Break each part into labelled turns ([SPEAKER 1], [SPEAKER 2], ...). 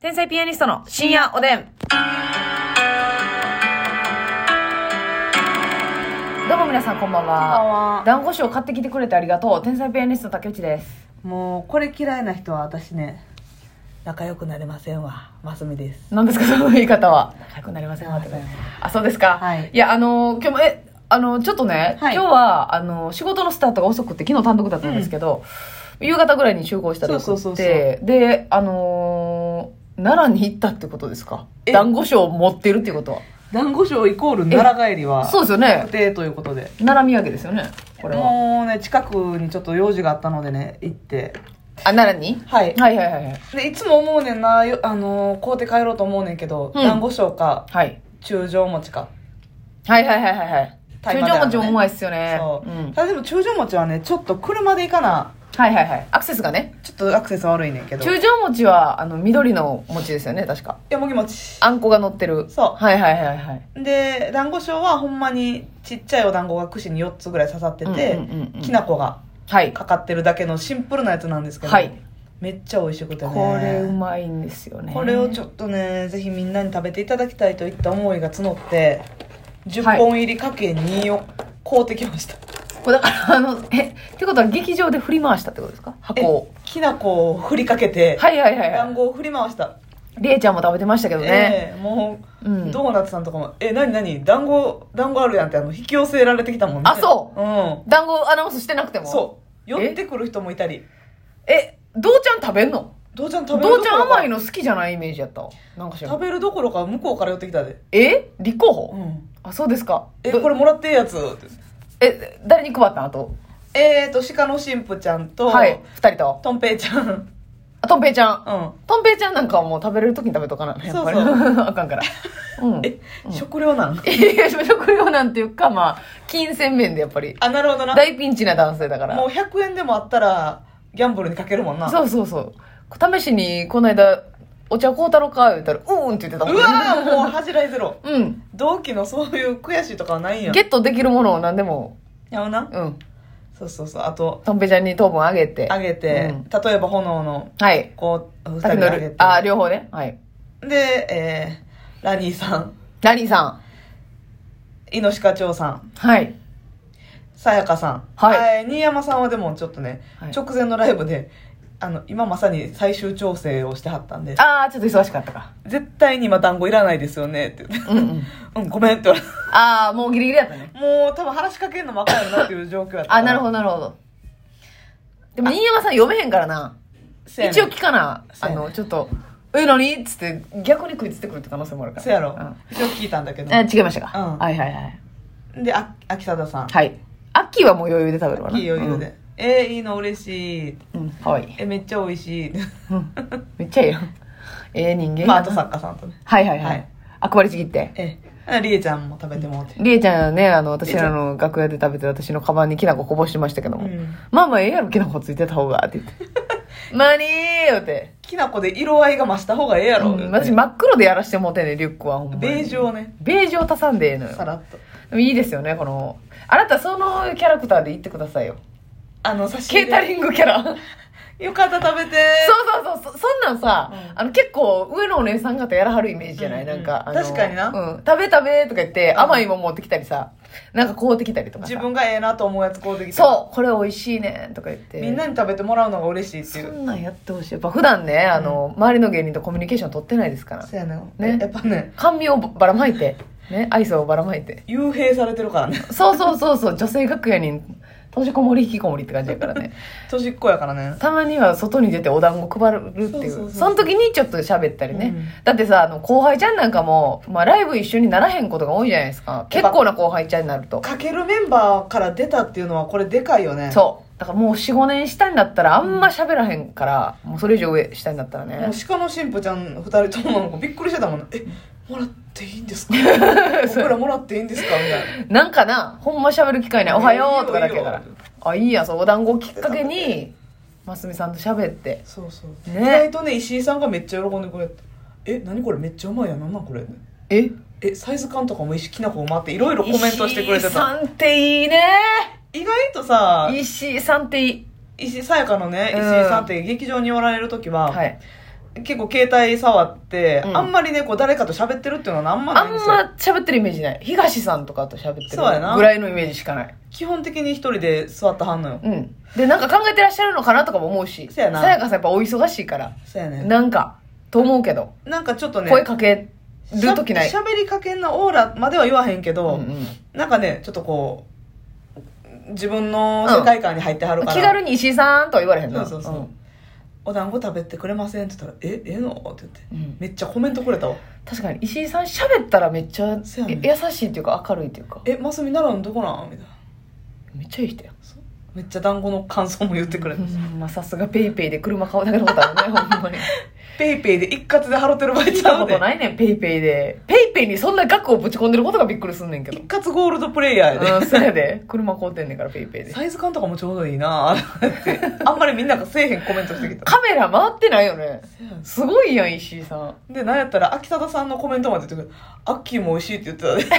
[SPEAKER 1] 天才ピアニストの深夜おでん。どうも皆さんこんばん
[SPEAKER 2] こんばん
[SPEAKER 1] は。
[SPEAKER 2] は
[SPEAKER 1] 団子酒を買ってきてくれてありがとう。天才ピアニストの竹内です。
[SPEAKER 2] もうこれ嫌いな人は私ね仲良くなれませんわマスミです
[SPEAKER 1] 何ですかその言い方は。仲良くなりませんわってことあ、そうですか。
[SPEAKER 2] はい
[SPEAKER 1] や、あのー、今日も、え、あのー、ちょっとね、
[SPEAKER 2] はい
[SPEAKER 1] 今日は、あのー、仕事のスタートが遅くて、昨日単独だったんですけど、夕方ぐらいに集合したと
[SPEAKER 2] そう
[SPEAKER 1] こ
[SPEAKER 2] そうそう
[SPEAKER 1] っ
[SPEAKER 2] そう
[SPEAKER 1] て、で、あのー、奈良に行ったってことですか
[SPEAKER 2] え
[SPEAKER 1] 団子酒を持ってるっていうことは。
[SPEAKER 2] 団子賞イコール奈良帰りは
[SPEAKER 1] そうですよね
[SPEAKER 2] 確。定ということで
[SPEAKER 1] 奈良土産ですよねこれは
[SPEAKER 2] もうね近くにちょっと用事があったのでね行って
[SPEAKER 1] あ奈良に
[SPEAKER 2] はい
[SPEAKER 1] はいはいはいはい
[SPEAKER 2] でいつも思うねんなよあのー買うて帰ろうと思うねんけど、
[SPEAKER 1] うん
[SPEAKER 2] 団子賞か
[SPEAKER 1] はい
[SPEAKER 2] 中条餅か
[SPEAKER 1] はいはいはいはいはい
[SPEAKER 2] 大
[SPEAKER 1] 中
[SPEAKER 2] 麻だ
[SPEAKER 1] 条
[SPEAKER 2] よ
[SPEAKER 1] 餅
[SPEAKER 2] ね
[SPEAKER 1] もうまいっすよね
[SPEAKER 2] そう、
[SPEAKER 1] ん
[SPEAKER 2] ただでも中条餅はねちょっと車で行かな
[SPEAKER 1] はいはいはいアクセスがね
[SPEAKER 2] ちょっとアクセス悪いねんけど
[SPEAKER 1] 中条餅はあの緑の餅ですよね確か
[SPEAKER 2] よもぎ餅
[SPEAKER 1] あんこが乗ってる
[SPEAKER 2] そう
[SPEAKER 1] はいはいはいはい
[SPEAKER 2] で団子賞はほんまにちっちゃいお団子が串に4つぐらい刺さってて、
[SPEAKER 1] うんうんうんうん
[SPEAKER 2] きな粉が
[SPEAKER 1] はい
[SPEAKER 2] かかってるだけのシンプルなやつなんですけど、
[SPEAKER 1] はい
[SPEAKER 2] めっちゃ美味しくてね
[SPEAKER 1] これうまいんですよね
[SPEAKER 2] これをちょっとねぜひみんなに食べていただきたいといった思いが募って
[SPEAKER 1] は
[SPEAKER 2] 10
[SPEAKER 1] い
[SPEAKER 2] 本入りかけ2を買うてきました、
[SPEAKER 1] これだからあのえってことは劇場で振り回したってことですか箱を
[SPEAKER 2] えきな粉を振りかけて、
[SPEAKER 1] はいはいはいは
[SPEAKER 2] 団
[SPEAKER 1] い
[SPEAKER 2] 子を振り回した、
[SPEAKER 1] りえちゃんも食べてましたけどね、
[SPEAKER 2] ええもう、
[SPEAKER 1] うん
[SPEAKER 2] ドーナツさんとかも「え何何団子団子あるやん」ってあの引き寄せられてきたもんね
[SPEAKER 1] あそう
[SPEAKER 2] うん
[SPEAKER 1] 団子アナウンスしてなくても
[SPEAKER 2] そう寄ってくる人もいたり
[SPEAKER 1] えどうちゃん食べんの
[SPEAKER 2] どうちゃん食べる
[SPEAKER 1] どうちゃん
[SPEAKER 2] どころか
[SPEAKER 1] 甘いの好きじゃないイメージやったわなんか知らん
[SPEAKER 2] 食べるどころか向こうから寄ってきたで、
[SPEAKER 1] え立候補、
[SPEAKER 2] ん、
[SPEAKER 1] あそうですか
[SPEAKER 2] え
[SPEAKER 1] ど
[SPEAKER 2] これもらってええやつって
[SPEAKER 1] え誰に配ったんあと
[SPEAKER 2] えーと鹿の神父ちゃんと、
[SPEAKER 1] はい2人と
[SPEAKER 2] とんぺいちゃんうん
[SPEAKER 1] あとんぺいちゃんとんぺいちゃんなんかはもう食べれる時に食べとかなやっぱり
[SPEAKER 2] そう
[SPEAKER 1] あかん からうん
[SPEAKER 2] え、食料なん
[SPEAKER 1] いや食料なんていうかまあ金銭面でやっぱり
[SPEAKER 2] あなるほどな
[SPEAKER 1] 大ピンチな男性だから
[SPEAKER 2] もう100円でもあったらギャンブルにかけるもんなう
[SPEAKER 1] そうそうそう試しにこの間お茶こうたろか言ったら「うん」って言ってたもんね
[SPEAKER 2] わーもう恥じらいゼロ
[SPEAKER 1] うん
[SPEAKER 2] 同期のそういう悔しいとかはないんや
[SPEAKER 1] ゲットできるものを何でも
[SPEAKER 2] やうな
[SPEAKER 1] うん
[SPEAKER 2] そうそうそうあと
[SPEAKER 1] とんぺいちゃんに糖分あげて
[SPEAKER 2] あげて、
[SPEAKER 1] うん
[SPEAKER 2] 例えば炎の
[SPEAKER 1] はい
[SPEAKER 2] こう2人
[SPEAKER 1] 竹
[SPEAKER 2] であげ
[SPEAKER 1] の
[SPEAKER 2] て
[SPEAKER 1] あ両方ねはい
[SPEAKER 2] で、えー、ラニーさん
[SPEAKER 1] ラニーさん
[SPEAKER 2] イノシカチョウさん
[SPEAKER 1] はい
[SPEAKER 2] さやかさん、
[SPEAKER 1] はい
[SPEAKER 2] えー新山さんはでもちょっとね、
[SPEAKER 1] はい
[SPEAKER 2] 直前のライブであの今まさに最終調整をしてはったんで
[SPEAKER 1] ああちょっと忙しかったか
[SPEAKER 2] 絶対に今団子いらないですよねって言って
[SPEAKER 1] うんうん
[SPEAKER 2] 「 うんごめん」って言われて
[SPEAKER 1] ああもうギリギリだったね
[SPEAKER 2] もう多分話しかけるのもあかんよなっていう状況やった
[SPEAKER 1] あなるほど
[SPEAKER 2] ど
[SPEAKER 1] なるほどでも新山さん読めへんからな一応聞かな
[SPEAKER 2] せ
[SPEAKER 1] あ
[SPEAKER 2] やねん
[SPEAKER 1] のちょっと「え何?」っつって逆に食いついてくるって可能性もあるから
[SPEAKER 2] そうやろ、
[SPEAKER 1] ん
[SPEAKER 2] 一応聞いたんだけど
[SPEAKER 1] あ違いましたか、
[SPEAKER 2] うん
[SPEAKER 1] はいはいはい
[SPEAKER 2] であ秋貞さん
[SPEAKER 1] はい秋はもう余裕で食べるわない
[SPEAKER 2] いよいいよで、、えー、いいの嬉しい
[SPEAKER 1] うんうん、かわいい、
[SPEAKER 2] えめっちゃ美味しい
[SPEAKER 1] うん、めっちゃええやんええ人間やな
[SPEAKER 2] まああと作家さんとね
[SPEAKER 1] はいはいはい、
[SPEAKER 2] はい
[SPEAKER 1] あ配りちぎって
[SPEAKER 2] ええりえちゃんも食べてもうて、
[SPEAKER 1] りえちゃんね、あの、私
[SPEAKER 2] りえち
[SPEAKER 1] ら
[SPEAKER 2] ゃん
[SPEAKER 1] の楽屋で食べて私のカバンにきなここぼしてましたけども。
[SPEAKER 2] うん
[SPEAKER 1] まあまあ、ええやろ、きなこついてた方が、って言って。まにーよって。
[SPEAKER 2] きな粉で色合いが増した方がええやろ、
[SPEAKER 1] うん私真っ黒でやらしてもうてんねんリュックはほんまに
[SPEAKER 2] ベージュをね
[SPEAKER 1] ベージュを足さんでええの
[SPEAKER 2] さ
[SPEAKER 1] よ
[SPEAKER 2] らっと
[SPEAKER 1] でもいいですよねこのあなたそのキャラクターで言ってくださいよ
[SPEAKER 2] あの差し
[SPEAKER 1] ケータリングキ ャラそう
[SPEAKER 2] よかった食べて
[SPEAKER 1] そうそうそそんなんさ、
[SPEAKER 2] う
[SPEAKER 1] あの結構上のお姉さん方やらはるイメージじゃない、
[SPEAKER 2] うんうん
[SPEAKER 1] なんかあの
[SPEAKER 2] 確かにな
[SPEAKER 1] うん、食べ食べとか言って
[SPEAKER 2] ん
[SPEAKER 1] 甘いもん持ってきたりさなんか買うてきたりとかさ
[SPEAKER 2] 自分がええなと思うやつこうできた
[SPEAKER 1] そうこれ美味しいねとか言って
[SPEAKER 2] みんなに食べてもらうのが嬉しいって
[SPEAKER 1] そ
[SPEAKER 2] いう。
[SPEAKER 1] んなんやってほしいやっぱ普段ねあの、周りの芸人とコミュニケーション取ってないですから
[SPEAKER 2] そうやね
[SPEAKER 1] ね
[SPEAKER 2] やっぱね、
[SPEAKER 1] 甘味をばらまいてね愛想をばらまいて
[SPEAKER 2] 幽閉されてるからね。
[SPEAKER 1] そうそうそうそう、女性楽屋に閉じこもり引きこもりって感じだ からね。
[SPEAKER 2] 年っ子やからね。
[SPEAKER 1] たまには外に出てお団子配るっていう。そ
[SPEAKER 2] そうそうそうそう
[SPEAKER 1] の時にちょっと喋ったりね。
[SPEAKER 2] うん
[SPEAKER 1] だってさ、あの、後輩ちゃんなんかも、まあライブ一緒にならへんことが多いじゃないですか。結構な後輩ちゃんになると。
[SPEAKER 2] かけるメンバーから出たっていうのはこれでかいよね。
[SPEAKER 1] そう。だからもう4、5年下になったらあんま喋らへんから、もうそれ以上上下になったら
[SPEAKER 2] もう
[SPEAKER 1] ね。
[SPEAKER 2] 鹿の神父ちゃん二人ともなんかびっくりしてたもんね。え、もらっていいんで すか僕らもらっていいんですかみたいな。
[SPEAKER 1] なんかな、ほんま喋る機会ない。おはようとかだけやか
[SPEAKER 2] い
[SPEAKER 1] ら
[SPEAKER 2] いよいいよ。
[SPEAKER 1] あ、いいやん、そう、お団子をきっかけに、ますみさんと喋って。
[SPEAKER 2] そうそう。
[SPEAKER 1] ね
[SPEAKER 2] 意外とね、石井さんがめっちゃ喜んでくれて。え、何これめっちゃうまいやん。なんなんこれ。
[SPEAKER 1] え
[SPEAKER 2] え、サイズ感とかも石きな粉もあっていろいろコメントしてくれ
[SPEAKER 1] 石
[SPEAKER 2] て
[SPEAKER 1] 井さ
[SPEAKER 2] た。
[SPEAKER 1] んっていいね
[SPEAKER 2] 意外とさ、
[SPEAKER 1] 石井さんっていい。
[SPEAKER 2] 石井さやかのね、
[SPEAKER 1] うん
[SPEAKER 2] 石井さんって劇場におられる時は、
[SPEAKER 1] はい。
[SPEAKER 2] 結構携帯触って、
[SPEAKER 1] うん
[SPEAKER 2] あんまりねこう誰かと喋ってるっていうのはあんま
[SPEAKER 1] あ
[SPEAKER 2] な
[SPEAKER 1] ん
[SPEAKER 2] いんですよ
[SPEAKER 1] ま喋ってるイメージない東さんとかと喋ってる
[SPEAKER 2] そうやな
[SPEAKER 1] ぐらいのイメージしかない
[SPEAKER 2] 基本的に一人で座ってはんのよ
[SPEAKER 1] うんでなんか考えてらっしゃるのかなとかも思うし
[SPEAKER 2] そうやな
[SPEAKER 1] さやかさんやっぱお忙しいから
[SPEAKER 2] そうやね
[SPEAKER 1] なんかと思うけど、
[SPEAKER 2] なんかちょっとね
[SPEAKER 1] 声かける時ない
[SPEAKER 2] しゃ喋りかけんなオーラまでは言わへんけ
[SPEAKER 1] う
[SPEAKER 2] ど、
[SPEAKER 1] んうん
[SPEAKER 2] なんかねちょっとこう自分の世界観に入ってはるから、
[SPEAKER 1] 気軽に石井さんとは言われへんな
[SPEAKER 2] そうそうそうお団子食べてくれませんって言ったら「えええの?」って言って
[SPEAKER 1] うんうん
[SPEAKER 2] めっちゃコメントくれたわ
[SPEAKER 1] 確かに石井さん喋ったらめっちゃ、
[SPEAKER 2] そうやね
[SPEAKER 1] え優しいっていうか明るいっていうか
[SPEAKER 2] 「えマスミ奈良のどこなん?」みたいな
[SPEAKER 1] めっちゃいい人や
[SPEAKER 2] そうめっちゃ団子の感想も言ってくれ
[SPEAKER 1] う
[SPEAKER 2] た
[SPEAKER 1] んまあさすがペイペイで車買うだけのことある ねほんまに
[SPEAKER 2] ペイペイで一括で払ってる場合
[SPEAKER 1] 聞
[SPEAKER 2] ち
[SPEAKER 1] い
[SPEAKER 2] ゃ
[SPEAKER 1] た
[SPEAKER 2] う
[SPEAKER 1] こ
[SPEAKER 2] で
[SPEAKER 1] とないねんペイペイでペイペイにそんな額をぶち込んでることがびっくりすんねんけど
[SPEAKER 2] 一括ゴールドプレイヤーや
[SPEAKER 1] うんそれで車買うてんねんからペイペイ
[SPEAKER 2] で
[SPEAKER 1] で
[SPEAKER 2] サイズ感とかもちょうどいいなってあんまりみんながせえへんコメントしてきた
[SPEAKER 1] カメラ回ってないよねすごいやん石井さん
[SPEAKER 2] でなんやったら秋貞さんのコメントまで出てくる「アッキーも美味しい」って言ってたで、ね、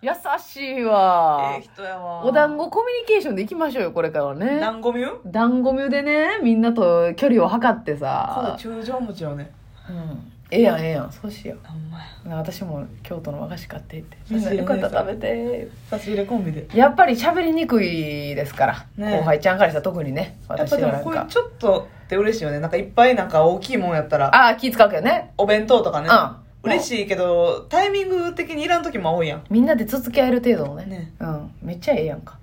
[SPEAKER 1] 優しいわ
[SPEAKER 2] ええ人やわ
[SPEAKER 1] お団子コミュニケーションでいきましょうよこれからはね
[SPEAKER 2] 団子ミュ
[SPEAKER 1] 団子ミでねみんなと距離を測って
[SPEAKER 2] こ
[SPEAKER 1] さ
[SPEAKER 2] う、中条餅よね
[SPEAKER 1] うん、ええやんええやんそうしよ
[SPEAKER 2] あんまや
[SPEAKER 1] うな私も京都の和菓子買っていって
[SPEAKER 2] 優
[SPEAKER 1] み
[SPEAKER 2] し
[SPEAKER 1] ん
[SPEAKER 2] い
[SPEAKER 1] な
[SPEAKER 2] ね
[SPEAKER 1] よかったら食べて
[SPEAKER 2] 差し入れコンビで
[SPEAKER 1] やっぱり喋りにくいですから、
[SPEAKER 2] ね
[SPEAKER 1] 後輩ちゃんからしたら特にね
[SPEAKER 2] やっ
[SPEAKER 1] 私
[SPEAKER 2] ぱで
[SPEAKER 1] は
[SPEAKER 2] も
[SPEAKER 1] なん
[SPEAKER 2] こういう
[SPEAKER 1] か
[SPEAKER 2] ちょっとって嬉しいよねなんかいっぱいなんか大きいもんやったら
[SPEAKER 1] ああ気使うけどね
[SPEAKER 2] お弁当とかね、
[SPEAKER 1] うん
[SPEAKER 2] 嬉しいけどタイミング的にいらん時も多いやん
[SPEAKER 1] みんなで続き合える程度のね
[SPEAKER 2] ね
[SPEAKER 1] うんめっちゃええやんか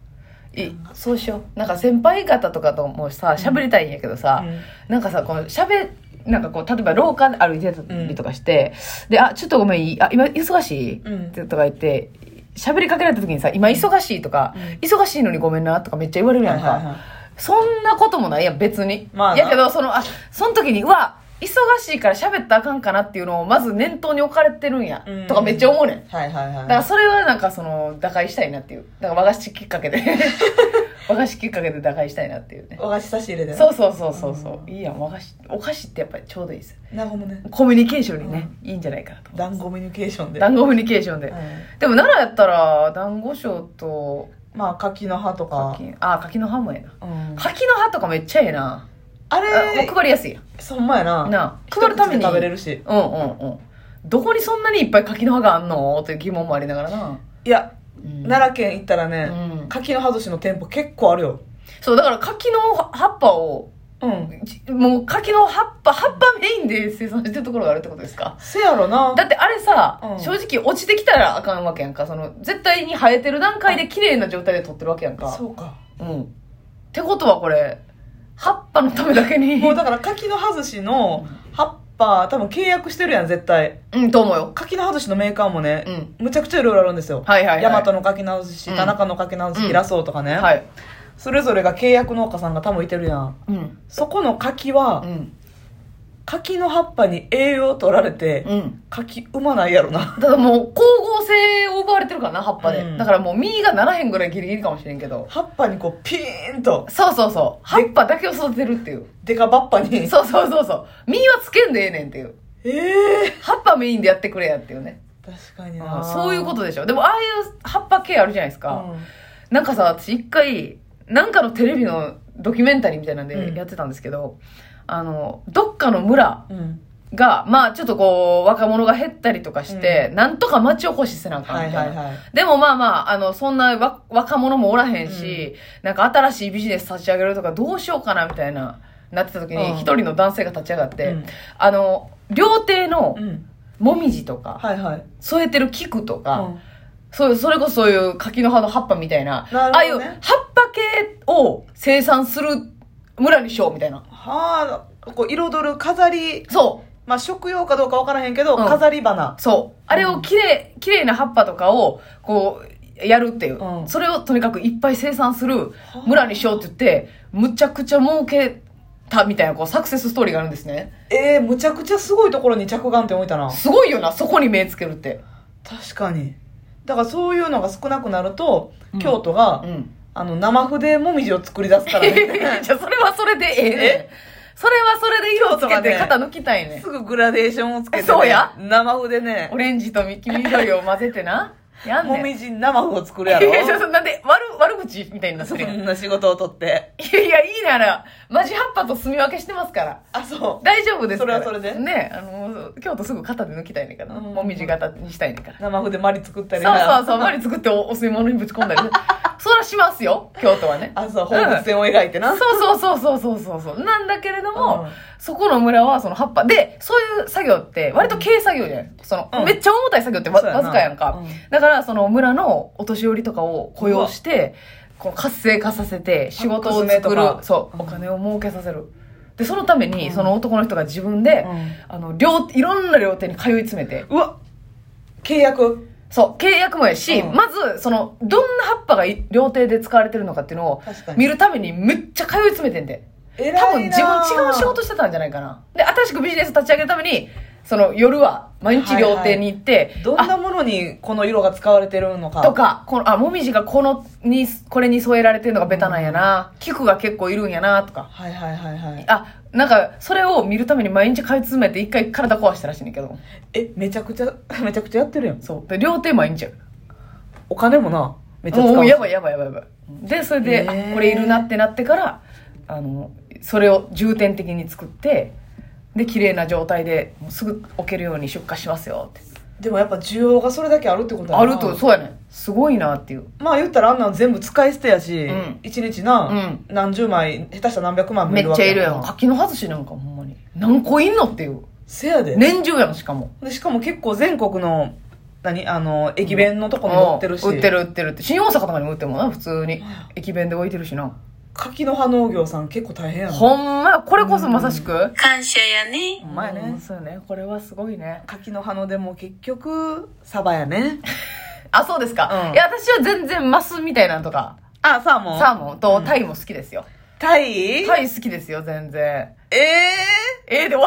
[SPEAKER 1] いそうしようなんか先輩方とかともさ喋りたいんやけどさ、
[SPEAKER 2] うん
[SPEAKER 1] なんかさこう喋なんかこう例えば廊下で歩いてたりとかして、で「あちょっとごめんいいあ今忙しい?」
[SPEAKER 2] うん
[SPEAKER 1] ってとか言って喋りかけられた時にさ「今忙しい」とか、忙しいのにごめんな」とかめっちゃ言われるやんか、
[SPEAKER 2] はいはいはい
[SPEAKER 1] そんなこともないやん別に、
[SPEAKER 2] まあな
[SPEAKER 1] やけどそのあその時にうわ忙しいから喋ったらあかんかなっていうのをまず念頭に置かれてるんや、
[SPEAKER 2] うん
[SPEAKER 1] とかめっちゃ思うねん
[SPEAKER 2] はいはい
[SPEAKER 1] だから
[SPEAKER 2] は
[SPEAKER 1] それはなんかその打開したいなっていうだから和菓子きっか けで和菓子きっかけで打開したいなっていうね
[SPEAKER 2] いお菓子差し入れで
[SPEAKER 1] そうそうそうそうそう、いいやん和菓子お菓子ってやっぱりちょうどいいですよ
[SPEAKER 2] うなるほどね
[SPEAKER 1] コミュニケーションにね、いいんじゃないかなと思う
[SPEAKER 2] 団子ミュニケーションで、
[SPEAKER 1] 団子コミュニケーションで、
[SPEAKER 2] うん
[SPEAKER 1] でも奈良やったら団子賞と
[SPEAKER 2] まあ柿の葉とか、
[SPEAKER 1] 柿あ柿の葉もええな
[SPEAKER 2] うん
[SPEAKER 1] 柿の葉とかめっちゃええな、
[SPEAKER 2] あ
[SPEAKER 1] あ
[SPEAKER 2] れ
[SPEAKER 1] もう配りやすいやん
[SPEAKER 2] そんまやな
[SPEAKER 1] なあ
[SPEAKER 2] 一
[SPEAKER 1] 配るために
[SPEAKER 2] 口で食べれるし
[SPEAKER 1] うんうんうんどこにそんなにいっぱい柿の葉があんのという疑問もありながらな、
[SPEAKER 2] いや
[SPEAKER 1] うん
[SPEAKER 2] 奈良県行ったらね、
[SPEAKER 1] うん
[SPEAKER 2] 柿の葉寿司の店舗結構あるよ
[SPEAKER 1] そうだから柿の葉っぱを
[SPEAKER 2] うん
[SPEAKER 1] じもう柿の葉っぱ葉っぱメインで生産してるところがあるってことですか
[SPEAKER 2] せやろな
[SPEAKER 1] だってあれさ、
[SPEAKER 2] うん
[SPEAKER 1] 正直落ちてきたらあかんわけやんかその絶対に生えてる段階で綺麗な状態で取ってるわけやんか
[SPEAKER 2] そうか
[SPEAKER 1] うんってことはこれ葉っぱのためだけに
[SPEAKER 2] もうだから柿の葉寿司の葉っぱ多分契約してるやん絶対
[SPEAKER 1] うんと思うよ
[SPEAKER 2] 柿の葉寿司のメーカーもね、
[SPEAKER 1] うん
[SPEAKER 2] むちゃくちゃいろいろあるんですよ、
[SPEAKER 1] はいはいはい
[SPEAKER 2] 大和の柿の葉寿司、
[SPEAKER 1] うん
[SPEAKER 2] 田中の柿の葉寿司、
[SPEAKER 1] うん
[SPEAKER 2] 平荘とかね、
[SPEAKER 1] はい
[SPEAKER 2] それぞれが契約農家さんが多分いてるやん
[SPEAKER 1] うん
[SPEAKER 2] そこの柿は、
[SPEAKER 1] うん
[SPEAKER 2] 柿の葉っぱに栄養取られて、
[SPEAKER 1] うん
[SPEAKER 2] 柿生まないやろな
[SPEAKER 1] ただもう光合成を奪われてるからな葉っぱで、
[SPEAKER 2] うん
[SPEAKER 1] だからもう実がならへんぐらいギリギリかもしれんけど
[SPEAKER 2] 葉っぱにこうピーンと
[SPEAKER 1] そうそうそう葉っぱだけを育てるっていう
[SPEAKER 2] デカ葉っぱに
[SPEAKER 1] そうそうそうそう実はつけんでええねんっていう
[SPEAKER 2] ええ
[SPEAKER 1] 葉っぱメインでやってくれやっていうね
[SPEAKER 2] ー、確かに
[SPEAKER 1] う
[SPEAKER 2] なん
[SPEAKER 1] そういうこととでしょでもああいう葉っぱ系あるじゃないですか、
[SPEAKER 2] うん
[SPEAKER 1] なんかさ、私一回、なんかのテレビのドキュメンタリーみたいなん
[SPEAKER 2] う
[SPEAKER 1] で
[SPEAKER 2] ん
[SPEAKER 1] やってたんですけど、あの、どっかの村
[SPEAKER 2] うん
[SPEAKER 1] が、まあちょっとこう、若者が減ったりとかして、なんとか町おこしせなあか
[SPEAKER 2] は
[SPEAKER 1] んみ
[SPEAKER 2] い
[SPEAKER 1] た
[SPEAKER 2] はいい
[SPEAKER 1] な。
[SPEAKER 2] はい
[SPEAKER 1] でもまあまあ、あの、そんなわ若者もおらへんし、なんか新しいビジネス立ち上げるとかどうしようかなみたいな、なってた時
[SPEAKER 2] うん
[SPEAKER 1] に一人の男性が立ち上がって、
[SPEAKER 2] うん
[SPEAKER 1] あの、料亭の
[SPEAKER 2] うん
[SPEAKER 1] もみじとか、
[SPEAKER 2] はいはい
[SPEAKER 1] 添えてる菊とか、
[SPEAKER 2] うん
[SPEAKER 1] そう、それこそそういう柿の葉の葉っぱみたいな、
[SPEAKER 2] なるほどね
[SPEAKER 1] ああいう葉っぱ系を生産する村にしようみたいな。
[SPEAKER 2] はあこう彩る飾り、
[SPEAKER 1] そ
[SPEAKER 2] まあ、食用かどうかわからへんけど、
[SPEAKER 1] うん
[SPEAKER 2] 飾り花
[SPEAKER 1] う、そう。あれをきれい、きれいな葉っぱとかを、こう、やるっていう、
[SPEAKER 2] うん
[SPEAKER 1] それをとにかくいっぱい生産する村にしようって言って、むちゃくちゃ儲けたみたいな、こう、サクセスストーリーがあるんですね。
[SPEAKER 2] えー、むちゃくちゃすごいところに着眼点置いたな
[SPEAKER 1] すごいよな、そこに目つけるって。
[SPEAKER 2] 確かにだからそういうのが少なくなると、
[SPEAKER 1] うん
[SPEAKER 2] 京都が、
[SPEAKER 1] うん。
[SPEAKER 2] あの生筆もみじを作り出すから ね
[SPEAKER 1] じゃあそれはそれでええね
[SPEAKER 2] え。
[SPEAKER 1] それはそれで色をつけ
[SPEAKER 2] 京都が
[SPEAKER 1] て
[SPEAKER 2] ね
[SPEAKER 1] 肩抜きたいね
[SPEAKER 2] す。ぐグラデーションをつけて、ね、
[SPEAKER 1] そうや
[SPEAKER 2] 生筆ね
[SPEAKER 1] オレンジと黄緑を混ぜてな。やん
[SPEAKER 2] も
[SPEAKER 1] ねん。
[SPEAKER 2] みじ生麩を作るや
[SPEAKER 1] いやちょっと
[SPEAKER 2] ろ
[SPEAKER 1] なんで、悪、悪口みたいになって
[SPEAKER 2] そ
[SPEAKER 1] るやん。い
[SPEAKER 2] んな仕事を取って
[SPEAKER 1] やいや、いいなら、マジ葉っぱと住み分けしてますから。
[SPEAKER 2] あそ
[SPEAKER 1] 大丈夫ですから
[SPEAKER 2] それはそれで
[SPEAKER 1] ねあの京都すぐ肩で抜きたいねんから、
[SPEAKER 2] うん
[SPEAKER 1] もみじ型にしたいねんから
[SPEAKER 2] う生麩でマリ作ったりな
[SPEAKER 1] そうそうそうマリ作っておお吸い物にぶち込んだりそらしますよ京都はね
[SPEAKER 2] あそう放物線を描いてな、
[SPEAKER 1] そうそうそうそうそうそうそうなんだけれども、
[SPEAKER 2] うん
[SPEAKER 1] そこの村はその葉っぱでそういう作業って割と軽作業じゃないその、
[SPEAKER 2] うん
[SPEAKER 1] めっちゃ重たい作業ってわ
[SPEAKER 2] そうやな
[SPEAKER 1] わずかやんか、
[SPEAKER 2] うん
[SPEAKER 1] だからその村のお年寄りとかを雇用してこう活性化させて仕事を
[SPEAKER 2] パック
[SPEAKER 1] 作
[SPEAKER 2] 詰めと
[SPEAKER 1] る
[SPEAKER 2] か
[SPEAKER 1] そう
[SPEAKER 2] うん
[SPEAKER 1] お金を儲けさせるでそのため
[SPEAKER 2] う
[SPEAKER 1] に
[SPEAKER 2] ん
[SPEAKER 1] その男の人が自分で、
[SPEAKER 2] うん
[SPEAKER 1] あの両いろんな両手に通い詰めて
[SPEAKER 2] うわ契約
[SPEAKER 1] そう契約もやし、
[SPEAKER 2] うん
[SPEAKER 1] まずそのどんな葉っぱがい料亭で使われてるのかっていうのを
[SPEAKER 2] 確かに
[SPEAKER 1] 見るためにめっちゃ通い詰めてんで
[SPEAKER 2] 偉いな
[SPEAKER 1] 多分自分違う仕事してたんじゃないかなで新しくビジネス立ち上げるためにその夜は毎日料亭に行って、
[SPEAKER 2] どんなものにこの色が使われてるのか
[SPEAKER 1] あとかこのあもみじがこのにこれに添えられてるのがベタなんやな、菊が結構いるんやなとか
[SPEAKER 2] はいはいはいはい
[SPEAKER 1] あなんかそれを見るために毎日通い詰めて一回体壊したらしいねんだけど
[SPEAKER 2] えめちゃくちゃ めちゃくちゃやってるやん
[SPEAKER 1] そうで料亭毎日やる
[SPEAKER 2] お金もなめちゃ使う
[SPEAKER 1] もう
[SPEAKER 2] し
[SPEAKER 1] やばいやばいやばいやばいでそれで、
[SPEAKER 2] へー
[SPEAKER 1] あこれいるなってなってからあのそれを重点的に作ってで綺麗な状態でもうすぐ置けるように出荷しますよって
[SPEAKER 2] でもやっぱ需要がそれだけあるってことやな
[SPEAKER 1] あるとそうやねすごいなっていう
[SPEAKER 2] まあ言ったらあんなん全部使い捨てやし、
[SPEAKER 1] うん
[SPEAKER 2] 一日な、
[SPEAKER 1] うん
[SPEAKER 2] 何十枚下手したら何百万も
[SPEAKER 1] め
[SPEAKER 2] いる
[SPEAKER 1] っ
[SPEAKER 2] わ
[SPEAKER 1] ちゃ
[SPEAKER 2] け
[SPEAKER 1] いるやん
[SPEAKER 2] な
[SPEAKER 1] 柿の外しなんかほんまに何個いんのっていう
[SPEAKER 2] せやで,、
[SPEAKER 1] 年中やんしかも
[SPEAKER 2] でしかも結構全国の何あの駅弁のとこも売ってるし、
[SPEAKER 1] うん売ってる売ってるって新大阪とかにも売ってるもんな普通に駅弁で置いてるしな
[SPEAKER 2] 柿の葉農業さん結構大変やな
[SPEAKER 1] ほんまこれこそまさしく
[SPEAKER 3] 感謝やね
[SPEAKER 2] ほんまやね、
[SPEAKER 1] うんそうやねこれはすごいね
[SPEAKER 2] 柿の葉のでも結局サバ やね
[SPEAKER 1] あそうですか、
[SPEAKER 2] うん
[SPEAKER 1] いや私は全然マスみたいなのとか
[SPEAKER 2] あサーモン
[SPEAKER 1] サーモンとタイも好きですよ。
[SPEAKER 2] タイ
[SPEAKER 1] タイ好きですよ、全然。
[SPEAKER 2] ええ
[SPEAKER 1] えー、でも